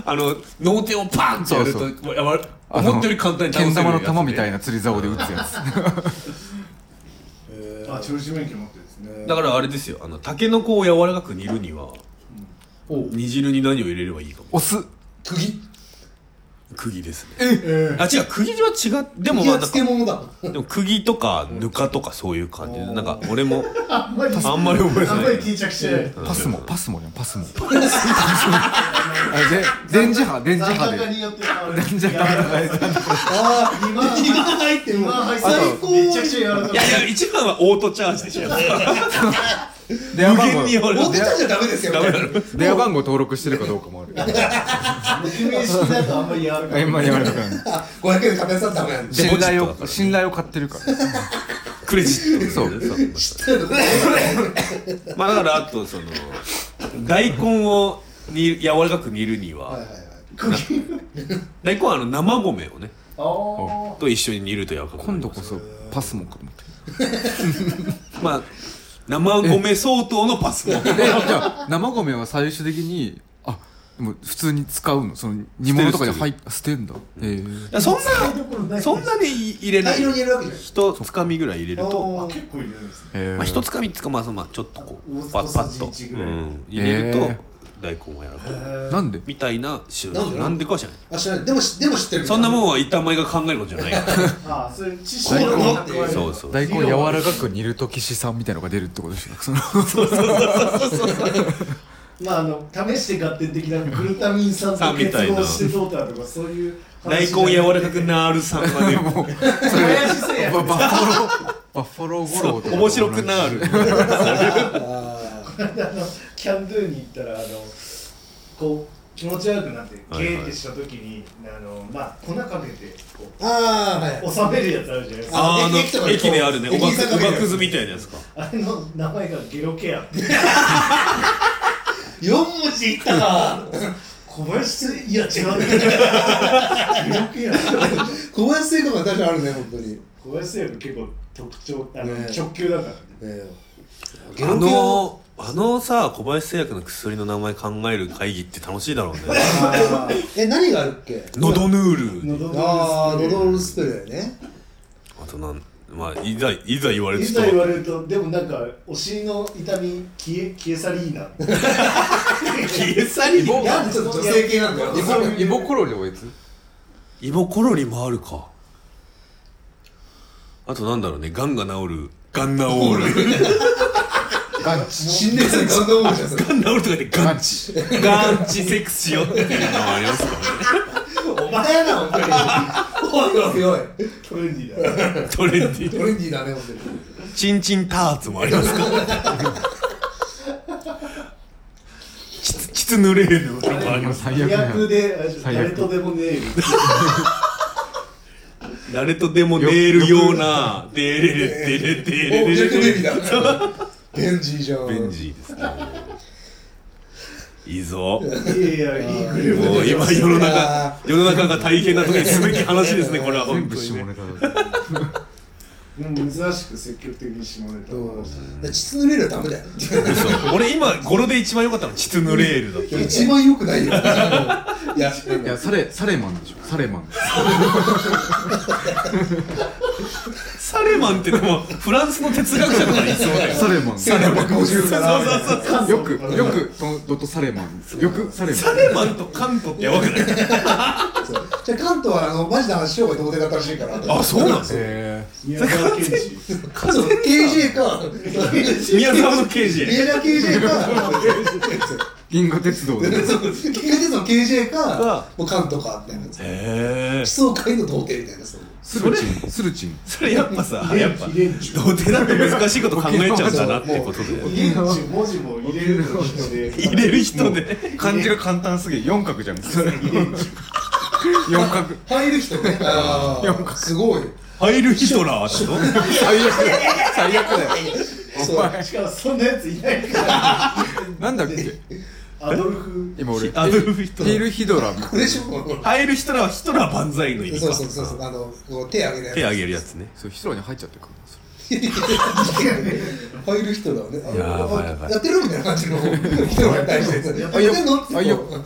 [SPEAKER 1] あの脳天をパンってやる
[SPEAKER 4] そう
[SPEAKER 1] とやわ
[SPEAKER 4] あの
[SPEAKER 1] 思ったより簡単に
[SPEAKER 4] けん玉の玉み
[SPEAKER 1] い
[SPEAKER 4] たいな釣り竿で打つやつ
[SPEAKER 2] へ
[SPEAKER 3] あ
[SPEAKER 2] ー
[SPEAKER 3] 調子免許持ってるんですね
[SPEAKER 1] だからあれですよあのタケノコを柔らかく煮るには
[SPEAKER 2] おう
[SPEAKER 1] 煮汁に何を入れればいいかも
[SPEAKER 4] お酢
[SPEAKER 2] 釘
[SPEAKER 1] 釘ですね
[SPEAKER 3] え
[SPEAKER 1] あ違う釘は違うで
[SPEAKER 2] で
[SPEAKER 1] も
[SPEAKER 2] も
[SPEAKER 1] まあなんか
[SPEAKER 2] 漬物だ
[SPEAKER 1] でも釘とかぬかとかそういう感じで
[SPEAKER 2] うん
[SPEAKER 1] なんか俺も
[SPEAKER 3] あんまり
[SPEAKER 1] あんまり覚えて
[SPEAKER 3] あん
[SPEAKER 1] な
[SPEAKER 3] まり
[SPEAKER 1] い
[SPEAKER 3] 定着しない
[SPEAKER 4] パスモパスモじゃんパスモあで電磁波電磁波
[SPEAKER 3] 残高
[SPEAKER 4] で
[SPEAKER 3] によって変わる
[SPEAKER 4] 電磁波で
[SPEAKER 2] ああ
[SPEAKER 3] 今
[SPEAKER 2] 今入ってもう
[SPEAKER 3] 今入って
[SPEAKER 2] 最高
[SPEAKER 3] めちゃくちゃ柔らか
[SPEAKER 1] いやいや一番はオートチャージでしょ
[SPEAKER 4] 電話番
[SPEAKER 1] 無限に俺
[SPEAKER 2] 持って
[SPEAKER 4] 号
[SPEAKER 2] たじゃダメですよ
[SPEAKER 1] ダメなの
[SPEAKER 4] 電話番号登録してるかどうかもある
[SPEAKER 3] い匿名式だとあんまり柔らかく
[SPEAKER 4] あ
[SPEAKER 3] ない
[SPEAKER 4] んまりやめとかない
[SPEAKER 2] あ500円で買ったやつはダメなんだ
[SPEAKER 1] で
[SPEAKER 4] 信頼
[SPEAKER 1] ポチッとだから
[SPEAKER 4] を信頼を買ってるから
[SPEAKER 1] クレジット
[SPEAKER 4] そう
[SPEAKER 2] 知ってるのね
[SPEAKER 1] まあだからあとその大根を煮柔らかく煮るには、
[SPEAKER 2] はいはいはい
[SPEAKER 1] 大根はあの生米をね
[SPEAKER 3] あー
[SPEAKER 1] と一緒に煮ると柔らかくなり
[SPEAKER 4] 今度
[SPEAKER 1] ます
[SPEAKER 4] こそパスモかと思って
[SPEAKER 1] まあ生米相当のパスも
[SPEAKER 4] えじゃあ生米は最終的にあでも普通に使うのその煮物とかに入っ捨てんだええ
[SPEAKER 1] そん
[SPEAKER 3] 台所な
[SPEAKER 1] ないそんなに入れな
[SPEAKER 2] 大
[SPEAKER 1] い
[SPEAKER 2] 量に入れるわけじゃない
[SPEAKER 1] 一つかみぐらい入れると
[SPEAKER 3] あ結構入れるんですね
[SPEAKER 4] ええ
[SPEAKER 1] まあ、一つかみつかまあそのまあちょっとこ
[SPEAKER 3] 大
[SPEAKER 1] うパ
[SPEAKER 3] さ
[SPEAKER 1] ッ
[SPEAKER 3] じ
[SPEAKER 1] パッと、
[SPEAKER 3] 1ぐらい
[SPEAKER 1] うん入れると
[SPEAKER 4] へ
[SPEAKER 1] 大根はやらかく
[SPEAKER 4] なんで
[SPEAKER 1] みたいな知ら
[SPEAKER 2] なんで
[SPEAKER 1] なんでかは知らない
[SPEAKER 2] あ知らないでも知でも知ってる
[SPEAKER 1] そんなも
[SPEAKER 2] ん
[SPEAKER 1] んは板前が考えることじゃない
[SPEAKER 3] あーそういう知
[SPEAKER 2] そう
[SPEAKER 3] 識
[SPEAKER 2] なの
[SPEAKER 3] を蓄える
[SPEAKER 1] そうそう
[SPEAKER 4] 大根柔らかく煮ると岸さんみたいのが出るってことですよその
[SPEAKER 3] まああの試して合点的なグルタミン酸と結合してどうだとかそういう
[SPEAKER 1] 大根柔らかくなるさんまでも
[SPEAKER 3] 林製薬
[SPEAKER 4] ババッファローバッファロー五郎とか
[SPEAKER 1] 面白くなる
[SPEAKER 2] あ
[SPEAKER 3] あのキャンドゥに行ったらあのこう気持ち悪くなってゲーってした時に、あのまあ粉かけてこ
[SPEAKER 2] ーあーは
[SPEAKER 3] う
[SPEAKER 2] い
[SPEAKER 3] 収めるやつあるじゃないですか
[SPEAKER 1] あーあ
[SPEAKER 2] 駅とか
[SPEAKER 1] の
[SPEAKER 2] で
[SPEAKER 1] 駅であるねおが
[SPEAKER 2] 駅に
[SPEAKER 1] く
[SPEAKER 2] さ
[SPEAKER 1] お
[SPEAKER 2] かける
[SPEAKER 1] がくずみたいなやつか
[SPEAKER 3] あれの名前がゲロケアって
[SPEAKER 2] 4文字いったか
[SPEAKER 3] 小林製いや違うゲロケア
[SPEAKER 2] 小林製菓が確かにあるね本当に
[SPEAKER 3] 小林製薬結構特徴あの、
[SPEAKER 2] ね
[SPEAKER 3] 直球だから
[SPEAKER 2] ええ
[SPEAKER 1] あのあのさ小林製薬の薬の名前考える会議って楽しいだろうね
[SPEAKER 2] え何があるっけ
[SPEAKER 1] ノドヌール
[SPEAKER 3] 喉
[SPEAKER 2] ああ
[SPEAKER 3] の
[SPEAKER 2] ノドルスプレーね
[SPEAKER 1] あとなんまあいざいざ言われ
[SPEAKER 3] い
[SPEAKER 1] る
[SPEAKER 3] ざ
[SPEAKER 1] と
[SPEAKER 3] 言われるとでもなんかお尻の痛み消え消え去りーナ消え去り
[SPEAKER 4] ーナ
[SPEAKER 2] なんでちょっと女性系なんだよ
[SPEAKER 4] イボイボコロリおやつ
[SPEAKER 1] イボコロリもあるかあとなんだろうねがんが治るガンナオール
[SPEAKER 4] ガンチ
[SPEAKER 2] 新年祭ガンガン王者それ
[SPEAKER 1] ガンナオールとかでガンチガンチセクシよっていうのもありますからね
[SPEAKER 2] お前やな本当に おいおいおい
[SPEAKER 3] トレンディーだ
[SPEAKER 1] トレンディ
[SPEAKER 2] トレンディーだね本当に
[SPEAKER 1] チンチンターツもありますからねチツチツ濡れるのとかあります
[SPEAKER 4] 最悪
[SPEAKER 3] 最
[SPEAKER 4] だ
[SPEAKER 3] 悪
[SPEAKER 4] よ
[SPEAKER 3] で
[SPEAKER 4] 最悪
[SPEAKER 3] 誰とでもねえよ
[SPEAKER 1] 誰とでも寝れるようなデレレデレデレ
[SPEAKER 2] お、ジャックベ
[SPEAKER 1] デ
[SPEAKER 2] ビー
[SPEAKER 1] レ
[SPEAKER 2] だ。ベンジーじゃん。
[SPEAKER 1] ベンジーですねいいぞ
[SPEAKER 3] いやいや、いいグルー
[SPEAKER 1] もう
[SPEAKER 3] プで
[SPEAKER 1] 今世の中世の中が大変な時にすべき話ですねこれは
[SPEAKER 4] 全
[SPEAKER 1] 本
[SPEAKER 4] 部
[SPEAKER 1] 当に
[SPEAKER 4] 下
[SPEAKER 1] ね
[SPEAKER 4] ネタだ
[SPEAKER 3] うん珍しく積極的に下ネタを話して
[SPEAKER 2] だから膣濡れるはダメだよ。
[SPEAKER 1] 嘘俺今語呂で一番良かったのはチツヌレールだった
[SPEAKER 2] 一番良くないよ。いや、
[SPEAKER 4] いやサレサレマンでしょサレマン
[SPEAKER 1] サレマンってでもフランスの哲学者とかいそうだよ
[SPEAKER 4] サレマン
[SPEAKER 2] 350から。
[SPEAKER 4] よくよくそのドットサレマンよくサレマン
[SPEAKER 1] サレマンとカントってやばくない
[SPEAKER 2] そうじゃあ関東はあのマジで話しようがどうでだったらしいから。
[SPEAKER 1] あそうなんですよ
[SPEAKER 4] え
[SPEAKER 3] 宮沢賢治
[SPEAKER 2] そう KJ か。
[SPEAKER 1] 宮沢の刑事
[SPEAKER 2] 宮田 KJ か。
[SPEAKER 4] ー銀河鉄道で
[SPEAKER 2] そう銀河鉄道の KJ
[SPEAKER 1] か
[SPEAKER 2] か、もう関東かみたいなやつ。
[SPEAKER 1] へえ
[SPEAKER 2] 奇想界の童貞みたいな。そう
[SPEAKER 4] スルチンスルチン
[SPEAKER 1] それやっぱさ
[SPEAKER 3] 遺
[SPEAKER 1] やっ
[SPEAKER 3] 伝
[SPEAKER 1] ぱ
[SPEAKER 3] 遺伝子
[SPEAKER 1] 童貞だと難しいこと考えちゃうんだなってことで
[SPEAKER 3] 遺伝子文字も入れるの人で
[SPEAKER 1] 入れる人で
[SPEAKER 4] 漢字が簡単すぎる四角じゃん四角
[SPEAKER 2] 入る人ねあーすごい
[SPEAKER 1] 入るヒトラーってこと
[SPEAKER 4] 最悪最悪だよ
[SPEAKER 2] そ
[SPEAKER 4] お
[SPEAKER 2] う
[SPEAKER 4] 前
[SPEAKER 3] しかもそんなやついないから
[SPEAKER 4] なんだっけ
[SPEAKER 3] アドルフ
[SPEAKER 4] 今俺
[SPEAKER 1] アドルフヒトラ
[SPEAKER 4] ヒ
[SPEAKER 1] ー
[SPEAKER 4] ルヒドラ
[SPEAKER 2] これでしょこの
[SPEAKER 1] 入るヒトラーはヒトラー万歳の意味
[SPEAKER 2] そう
[SPEAKER 1] か
[SPEAKER 2] そうそうそうあのこう手あげるやつ
[SPEAKER 1] 手あげるやつね
[SPEAKER 4] そうヒドラに入っちゃってるからそ
[SPEAKER 2] 入る人だよねあ
[SPEAKER 1] やばいやばい
[SPEAKER 2] やってるみたいな感じの人が対してや
[SPEAKER 3] や
[SPEAKER 2] っぱ
[SPEAKER 3] っぱ
[SPEAKER 2] りや
[SPEAKER 4] り
[SPEAKER 2] ってんのって
[SPEAKER 4] あいいよ
[SPEAKER 2] こ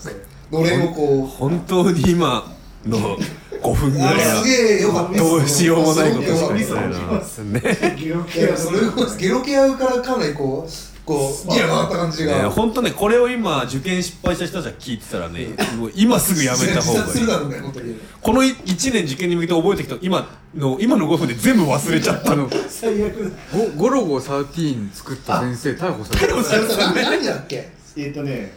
[SPEAKER 2] うのれんをこう
[SPEAKER 1] 本当に今の5分ぐ
[SPEAKER 2] あ
[SPEAKER 1] らい
[SPEAKER 2] ー
[SPEAKER 1] は
[SPEAKER 2] すげえよかった
[SPEAKER 1] どうしようもないこと
[SPEAKER 2] すごくよ
[SPEAKER 1] して
[SPEAKER 2] かった
[SPEAKER 1] るなね
[SPEAKER 3] ゲロ
[SPEAKER 2] い
[SPEAKER 3] ケ
[SPEAKER 2] や
[SPEAKER 3] ア
[SPEAKER 2] それこそゲロケアからかなりこうこうギアが上がった感じ
[SPEAKER 1] ね
[SPEAKER 2] が
[SPEAKER 1] 本当ねこれを今受験失敗した人たちが聞いてたらねもう今すぐやめた方
[SPEAKER 2] 自殺
[SPEAKER 1] が
[SPEAKER 2] す
[SPEAKER 1] いい
[SPEAKER 2] るだろうね本当に
[SPEAKER 1] この1年受験に向けて覚えてきた今の今の5分で全部忘れちゃった
[SPEAKER 4] うあの
[SPEAKER 3] 最悪だ
[SPEAKER 4] ゴゴロゴ13作った先生逮捕された
[SPEAKER 2] それさ何だっけ
[SPEAKER 3] えっとね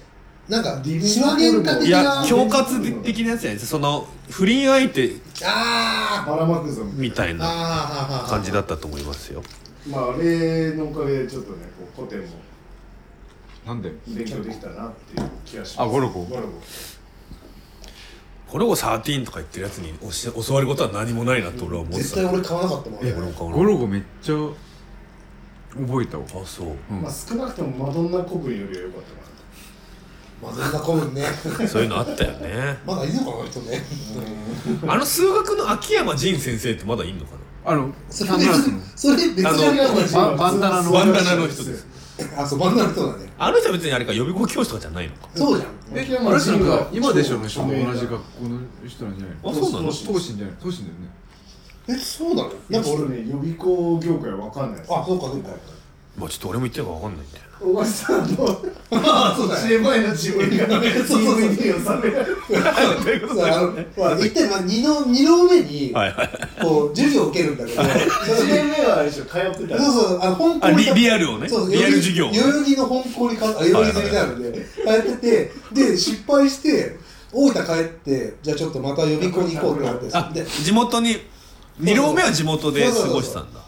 [SPEAKER 2] なんか島喧嘩
[SPEAKER 1] い
[SPEAKER 2] 的
[SPEAKER 1] や
[SPEAKER 2] な
[SPEAKER 1] 恐喝的なやつじゃないですその不倫相手
[SPEAKER 2] あー
[SPEAKER 3] ばらまくぞみたいな
[SPEAKER 1] みたい
[SPEAKER 2] あー
[SPEAKER 1] な
[SPEAKER 2] あーあー
[SPEAKER 1] 感じだったと思いますよ
[SPEAKER 3] まああれのおかげでちょっとねこう古典も
[SPEAKER 4] なんで
[SPEAKER 3] 勉強できたなっていう気がします
[SPEAKER 4] あゴロゴ
[SPEAKER 3] ゴロゴ
[SPEAKER 1] これを13とか言ってるやつに教え教わることは何もないなと俺は思ってた
[SPEAKER 2] 絶対俺買わなかったもんね
[SPEAKER 1] 俺も買わな
[SPEAKER 4] ゴロゴめっちゃ覚えたわ
[SPEAKER 1] あそう
[SPEAKER 3] まあ少なくともマドンナ古文よりは良かった
[SPEAKER 2] ま
[SPEAKER 3] かな
[SPEAKER 2] ずんなこぶんね
[SPEAKER 1] そういうのあったよね
[SPEAKER 2] まだいるのかなあの人ね
[SPEAKER 1] あの数学の秋山仁先生ってまだいんのか
[SPEAKER 4] あの
[SPEAKER 2] そ
[SPEAKER 4] サ
[SPEAKER 2] れ
[SPEAKER 4] ングラスの
[SPEAKER 2] それ別にあれだ
[SPEAKER 4] あのバンダナの
[SPEAKER 1] バンダナの人です
[SPEAKER 2] あそうバンダナの人だね
[SPEAKER 1] なあの人は別にあれか予備校教師とかじゃないのか
[SPEAKER 2] そうじゃん
[SPEAKER 4] えあれなんか今でしょの人と同じ学校の人なんじゃないの
[SPEAKER 1] あそうなの
[SPEAKER 4] 東進じゃない東進だよね
[SPEAKER 2] えそうなのな
[SPEAKER 3] な
[SPEAKER 2] んん
[SPEAKER 3] か
[SPEAKER 2] か
[SPEAKER 3] 俺
[SPEAKER 2] 俺
[SPEAKER 3] ね予備校業界わかんないです
[SPEAKER 2] あそうかそうか
[SPEAKER 1] まあちょっと俺も言ってるか分かんないんだよな
[SPEAKER 3] おばさんの
[SPEAKER 2] あ そうだ
[SPEAKER 3] 1年前の自分が DVD をされる
[SPEAKER 2] そうあのほら一点まあ二の二の上に
[SPEAKER 1] はいはい
[SPEAKER 2] こう授業を受けるんだけど
[SPEAKER 3] 1年目はあれでしょ通ってた
[SPEAKER 2] そうそう、あの本校
[SPEAKER 1] あリリアルをね
[SPEAKER 2] そう
[SPEAKER 1] リアル授業をね
[SPEAKER 2] 代々木の本校にか、あ代々木好きなので、やってて、で、失敗して、大分帰って、じゃあちょっとまた予備校に行こうってなって、
[SPEAKER 1] あ
[SPEAKER 2] で
[SPEAKER 1] 地元に2両目は地元で過ごしたんだ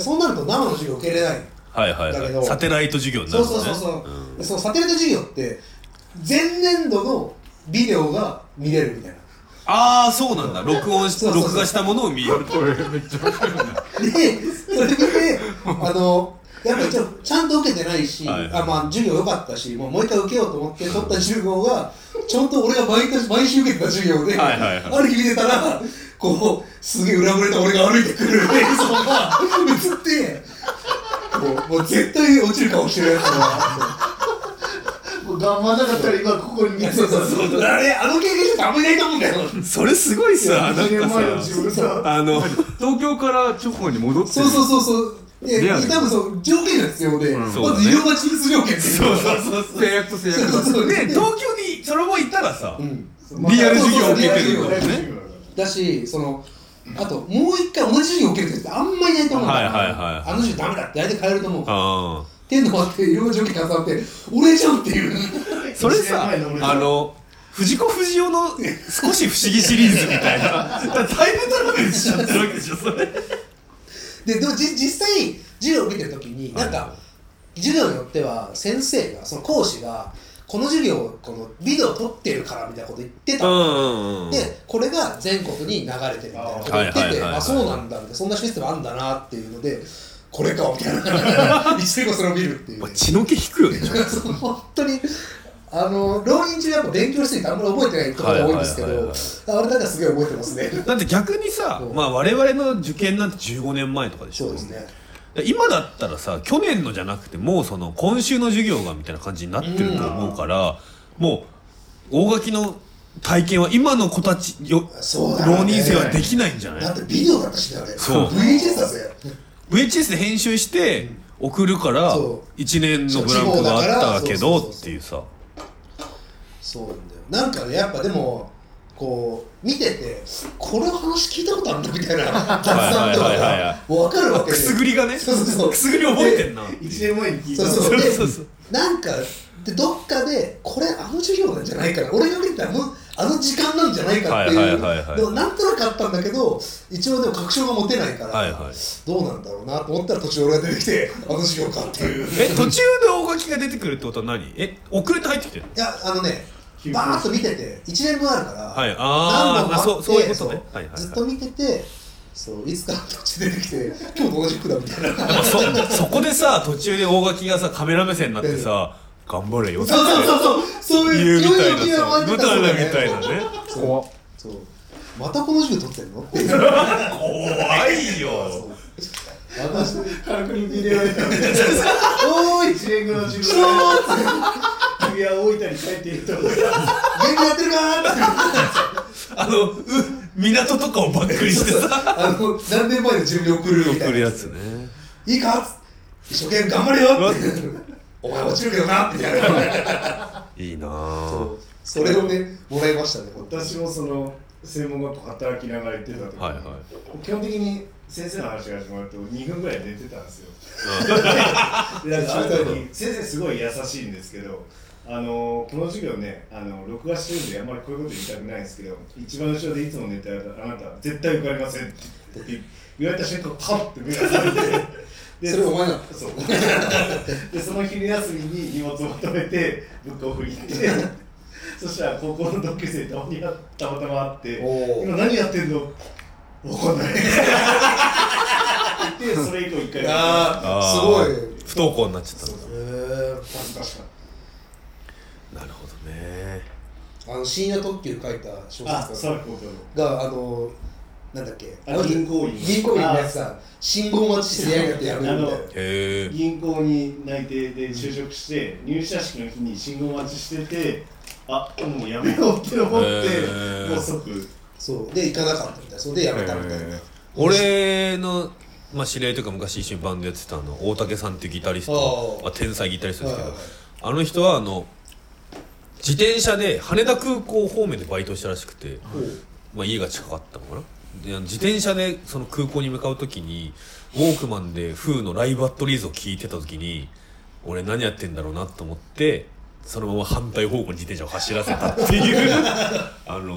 [SPEAKER 2] そうなると生の授業受けれない。
[SPEAKER 1] はいはい
[SPEAKER 2] だけ
[SPEAKER 1] は
[SPEAKER 2] ど
[SPEAKER 1] いサテライト授業にな
[SPEAKER 2] そう
[SPEAKER 1] るのね
[SPEAKER 2] そうそうそう、
[SPEAKER 1] ん
[SPEAKER 2] でそのサテライト授業って、前年度のビデオが見れるみたいな。
[SPEAKER 1] ああそうなんだ録音し
[SPEAKER 2] そうそうそう
[SPEAKER 1] 録画したものを見よう
[SPEAKER 4] これめっちゃ分かるな
[SPEAKER 2] で、それ見て、あの、やっぱちょちゃんと受けてないし、
[SPEAKER 1] はい
[SPEAKER 2] あまあ、授業良かったし、もうもう一回受けようと思って取った授業が、ちゃんと俺が毎年毎週受けてた授業で、
[SPEAKER 1] はいはいはい
[SPEAKER 2] ある日見てたら、こう、すげえ裏ぶれた俺が歩いてくる映像が映って、こうもう絶対落ちる顔してるやつが、
[SPEAKER 3] 頑張らなかったら今ここに見てた
[SPEAKER 2] そうそうそう、あれ、あの経験してたら危ないと思うんだよ。
[SPEAKER 1] それすごいさなん
[SPEAKER 3] 1年前の
[SPEAKER 1] かさ
[SPEAKER 3] 自分が
[SPEAKER 1] あの
[SPEAKER 4] 東京から直後に戻って
[SPEAKER 2] そうそうそうそう。で、
[SPEAKER 4] リアル
[SPEAKER 2] 多分そう、条件が必要で、まず
[SPEAKER 1] そうだね
[SPEAKER 2] 医療が地立条件っていうの
[SPEAKER 1] そう
[SPEAKER 2] が
[SPEAKER 1] そうそうそう
[SPEAKER 4] 制約と制約
[SPEAKER 2] そうそうそう
[SPEAKER 1] ね東京にそれもいたらさ
[SPEAKER 2] うん
[SPEAKER 1] リアル授業を受けてるんだもん
[SPEAKER 3] リアル
[SPEAKER 1] ね
[SPEAKER 3] 授業だか
[SPEAKER 2] だしそのあともう一回同じ授業受ける人ってあんまりいないと思うんだよ、
[SPEAKER 1] はいはいはいはい
[SPEAKER 2] あの授業ダメだって大体変えると思うっ
[SPEAKER 1] ああ
[SPEAKER 2] ていうのもあっていろいろ条件重なって俺じゃんっていう
[SPEAKER 3] ら
[SPEAKER 1] それさ
[SPEAKER 3] 一年前俺
[SPEAKER 1] あの藤子不二雄の少し不思議シリーズみたいな だからタイムトラベルしちゃってるわけでしょそれ
[SPEAKER 2] ででもじ実際授業受けてる時になん
[SPEAKER 1] はいは
[SPEAKER 2] か授業によっては先生がその講師がこの授業をこのビデオ撮ってるからみたいなこと言ってた
[SPEAKER 1] う
[SPEAKER 2] の
[SPEAKER 1] んうんうん
[SPEAKER 2] でこれが全国に流れてるみたいなこと言って
[SPEAKER 1] はいはい
[SPEAKER 2] て
[SPEAKER 1] はいはい
[SPEAKER 2] あそうなんだみたいなそんなシステムあんだなっていうのでこれかみた いな一年後それを見るっていう
[SPEAKER 1] まあ血の気引くよねちょっと
[SPEAKER 2] そう 本当にあの浪人中やっぱ勉強しててあんまり覚えてないところが多いんですけ
[SPEAKER 1] はいはいはい
[SPEAKER 2] どあれだけはすげえ覚えてますね
[SPEAKER 1] だって逆にさ
[SPEAKER 2] うん
[SPEAKER 1] まあ我々の受験なんて15年前とかでしょ
[SPEAKER 2] そうですね
[SPEAKER 1] で今だったらさ去年のじゃなくてもうその今週の授業がみたいな感じになってると思うから、もう大垣の体験は今の子たちよ
[SPEAKER 2] そうだね
[SPEAKER 1] 浪人生はできないんじゃない、
[SPEAKER 2] だってビデオだったしねあれ
[SPEAKER 1] そう
[SPEAKER 2] VHS だぜ
[SPEAKER 1] VHS で編集して送るから
[SPEAKER 2] そ
[SPEAKER 1] 1年のブランクがあったけ
[SPEAKER 2] 地方だ
[SPEAKER 1] ど
[SPEAKER 2] から
[SPEAKER 1] っていうさ
[SPEAKER 2] そうなんだよなんかねやっぱでもこう見ててこれ話聞いたことあるんだみたいな雑談とか
[SPEAKER 1] はいはいはいは
[SPEAKER 2] が分かるわけ
[SPEAKER 1] くすぐりがね
[SPEAKER 2] そうそうそう
[SPEAKER 1] くすぐり覚えてんなっていう
[SPEAKER 3] 一年前に聞いた
[SPEAKER 2] そうそう
[SPEAKER 1] そう
[SPEAKER 2] で
[SPEAKER 1] そうそう
[SPEAKER 2] なんかでどっかでこれあの授業なんじゃないかな俺が見たらもうあの時間なんじゃないかっていう、
[SPEAKER 1] はいはいはいはい
[SPEAKER 2] でもなんとなくあったんだけど一応でも確証が持てないから、
[SPEAKER 1] はいはい
[SPEAKER 2] どうなんだろうなと思ったら途中俺が出てきてあの授業かっていう
[SPEAKER 1] え途中で大垣が出てくるってことは何え遅れて入ってきてる
[SPEAKER 2] いやあのねバーッと見てて1年分あるから、
[SPEAKER 1] はいあー
[SPEAKER 2] 何本もあって
[SPEAKER 1] そうそういうことね
[SPEAKER 2] そう
[SPEAKER 1] はいはいはい
[SPEAKER 2] ずっと見ててそういつから途中出てきて今日同じ服だみた いな
[SPEAKER 1] まあ そそこでさ途中で大垣がさカメラ目線になってさ頑張れよって
[SPEAKER 2] そうそうそうそうそう
[SPEAKER 1] 言
[SPEAKER 2] いうう
[SPEAKER 1] み
[SPEAKER 2] い
[SPEAKER 1] たい
[SPEAKER 2] ろい
[SPEAKER 1] な
[SPEAKER 2] ろ
[SPEAKER 1] さ舞台だみたいなね
[SPEAKER 2] そう
[SPEAKER 4] 怖っ
[SPEAKER 2] そうまたこの授業取ってんのっていう
[SPEAKER 1] 怖いよ
[SPEAKER 2] 私
[SPEAKER 3] 軽く握れられたんで
[SPEAKER 2] おーい
[SPEAKER 3] 1年後の自
[SPEAKER 2] ちょ
[SPEAKER 3] 分
[SPEAKER 2] ーって
[SPEAKER 3] 首は大分に帰っていると思い
[SPEAKER 2] 元気やってるかーって
[SPEAKER 1] あのう港とかをバックにしてさ
[SPEAKER 2] あの何年前の自分に送る み
[SPEAKER 1] 送
[SPEAKER 2] た
[SPEAKER 1] る
[SPEAKER 2] いな
[SPEAKER 1] やつね
[SPEAKER 2] いいか一生懸命頑張れよってお前落ちるけどなみたいない
[SPEAKER 1] いなぁ
[SPEAKER 2] それをねもらいましたね本当に
[SPEAKER 3] 私もその専門学校働きながら行ってた時に、
[SPEAKER 1] はいはい
[SPEAKER 3] 基本的に先生の話が始まると2分ぐらい寝てたんですよ。でなんかある時先生すごい優しいんですけど、あのこの授業ね、あの録画してるんであんまりこういうこと言いたくないんですけど、一番後ろでいつも寝てるあなたは絶対受かりませんって言われた瞬間、パッて目が覚めて。で
[SPEAKER 2] それお前なの
[SPEAKER 3] そう でその昼休みに荷物をまとめてブックオフに行ってそしたら高校の同級生とにたまたま会って
[SPEAKER 2] おー
[SPEAKER 3] 今何やってんのわかんないでそれ以降一回
[SPEAKER 2] やすごい
[SPEAKER 1] あー不登校になっちゃったんだ
[SPEAKER 2] へー
[SPEAKER 3] 恥ずかしかっ
[SPEAKER 1] なるほどね
[SPEAKER 2] あの深夜特急書いた小
[SPEAKER 3] たあ
[SPEAKER 2] 説
[SPEAKER 3] サ
[SPEAKER 2] 家
[SPEAKER 3] ルコーの
[SPEAKER 2] があのなんだっけ
[SPEAKER 3] あ銀行員
[SPEAKER 2] 銀行員のやつさ信号待ちしてやりやってやるみたいな
[SPEAKER 3] あの
[SPEAKER 1] へえ
[SPEAKER 3] 銀行に内定で就職して、入社式の日に信号待ちしててあもうやめようって思って、
[SPEAKER 1] へー
[SPEAKER 3] もう即
[SPEAKER 2] そうで行かなかったみたいなそれでやめたみたいな
[SPEAKER 4] へ
[SPEAKER 1] 俺の、まあ、知り合いというか昔一緒にバンドやってたあの大竹さんっていうギタリスト
[SPEAKER 2] あー
[SPEAKER 1] まあ、天才ギタリストですけど
[SPEAKER 2] はいはい
[SPEAKER 1] あの人はあの自転車で羽田空港方面でバイトしたらしくて、まあ、家が近かったのかなであの自転車でその空港に向かう時にウォークマンで「フーの「ライブ・アット・リーズ」を聴いてた時に俺何やってんだろうなと思ってそのまま反対方向に自転車を走らせたっていう あの青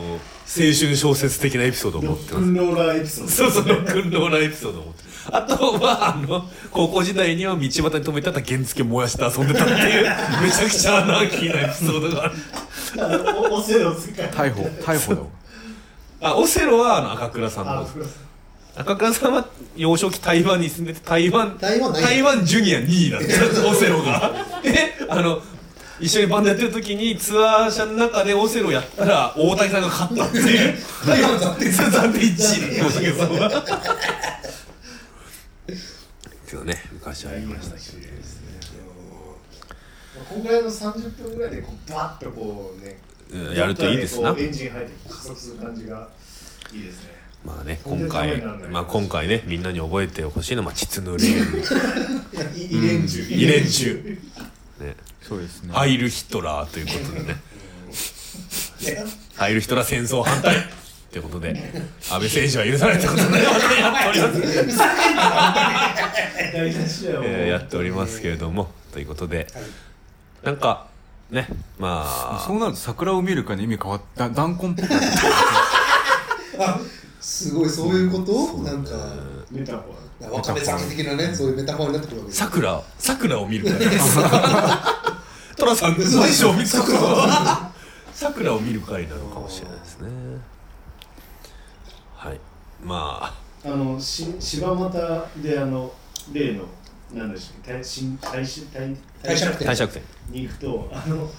[SPEAKER 1] 春小説的なエピソードを持
[SPEAKER 3] ロ
[SPEAKER 1] って
[SPEAKER 3] ッ
[SPEAKER 1] ま
[SPEAKER 3] ク
[SPEAKER 1] す
[SPEAKER 3] ンローラーエピソード
[SPEAKER 1] そうそう、訓労なエピソードを持って。あとは、あの、高校時代には道端に止めてあった原付燃やして遊んでたっていう、めちゃくちゃアナーキーなエピソードがある。
[SPEAKER 3] あの おお世話の世界
[SPEAKER 4] 逮捕逮捕だわ
[SPEAKER 1] あ、オセロはあの赤倉さん
[SPEAKER 3] あ
[SPEAKER 1] の。赤倉さんは幼少期台湾に住んでて、台湾、
[SPEAKER 2] 台湾ない
[SPEAKER 1] 台湾ジュニア2位だった、オセロ が。で、あの、一緒にバンドやってる時にツアー車の中でオセロやったら大谷さんが勝ったっていう。
[SPEAKER 2] 台 湾だって
[SPEAKER 1] ザザビッチ大竹さんは。けどね、昔はありましたけど。
[SPEAKER 3] こんぐらいの30分ぐらいでこうバッとこうね
[SPEAKER 1] うんやるといいですな
[SPEAKER 3] こうエンジン入って加速する感じがいいですね
[SPEAKER 1] まあね、
[SPEAKER 3] そん
[SPEAKER 1] 今
[SPEAKER 3] なため
[SPEAKER 1] 回
[SPEAKER 3] にならない、
[SPEAKER 1] まあ今回ね、みんなに覚えてほしいのは、まあ、膣の 霊、
[SPEAKER 3] い遺伝中
[SPEAKER 1] 遺伝中、ね、
[SPEAKER 4] そうですね
[SPEAKER 1] ハイルヒトラーということでね、ハイルヒトラー戦争反対ということで、安倍選手は許さないということで、ね、やっております、
[SPEAKER 3] 大事な試合を
[SPEAKER 1] えーやっておりますけれども、ということで、なんか、ね、ま
[SPEAKER 4] そ
[SPEAKER 1] あ、
[SPEAKER 4] うなると桜を見るかに意味変わった弾痕っぽくなる
[SPEAKER 2] あすごいそういうことなんか
[SPEAKER 3] メタファー
[SPEAKER 2] わかめ酒的なねそういうメタファーになってくるわけ
[SPEAKER 1] さくら、さくらを見るからです。トラさん、最初見つくら。さくらを見る回なのかもしれないですね。はい。ま
[SPEAKER 3] あのし柴又であの例のなんでしょう耐震耐震耐
[SPEAKER 2] 大社
[SPEAKER 1] あ、
[SPEAKER 2] 点
[SPEAKER 1] 帝釈天。
[SPEAKER 3] に行くとあの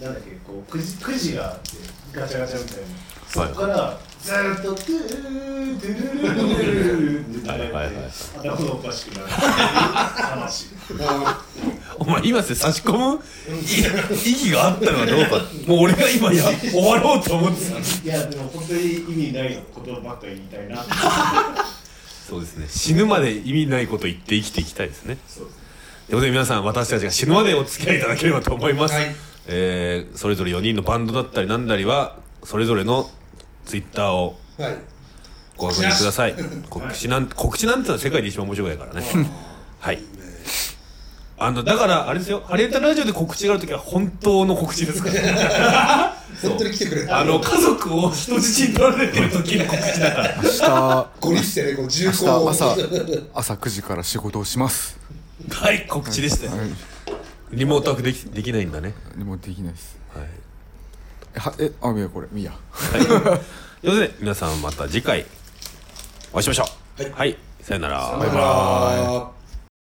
[SPEAKER 3] なんだっけこうくじくじがあってガチャガチャみたいな。そこからずーっとトゥートゥルルルルルルルって流れて
[SPEAKER 1] はいはいはい
[SPEAKER 3] 頭がおかしく なるっていう話。
[SPEAKER 2] あ
[SPEAKER 1] お前今って差し込む意義があったのかどうか。もう俺が今や終わろうと思ってた。
[SPEAKER 3] いやでも本当に意味ないことばっかり言いたいな。
[SPEAKER 1] そうですね。死ぬまで意味ないこと言って生きていきたいですね。
[SPEAKER 3] そうです
[SPEAKER 1] ということで皆さん私たちが死ぬまでお付き合いいただければと思います、
[SPEAKER 2] はい
[SPEAKER 1] えーそれぞれ4人のバンドだったりなんだりはそれぞれのツイッターを
[SPEAKER 2] ーはい
[SPEAKER 1] ご確認ください告知なん告知なんてのは世界で一番面白いからねはいあのだからあれですよ「ハリエタラジオ」で告知がある時は本当の告知ですからそう
[SPEAKER 2] 本当に来てくれた
[SPEAKER 1] あの家族を人質に取られてる時の告知だから
[SPEAKER 4] 明日
[SPEAKER 2] ゴリってねこう重
[SPEAKER 4] 明
[SPEAKER 2] 厚
[SPEAKER 4] 日朝朝9時から仕事をします
[SPEAKER 1] はい告知でしたよ、
[SPEAKER 4] はい
[SPEAKER 1] リモートワークできできないんだね
[SPEAKER 4] でもできないです
[SPEAKER 1] はい
[SPEAKER 4] えはえあいやこれいいや
[SPEAKER 1] ということで皆さんまた次回お会いしましょうはい、さよなら
[SPEAKER 2] バイバイ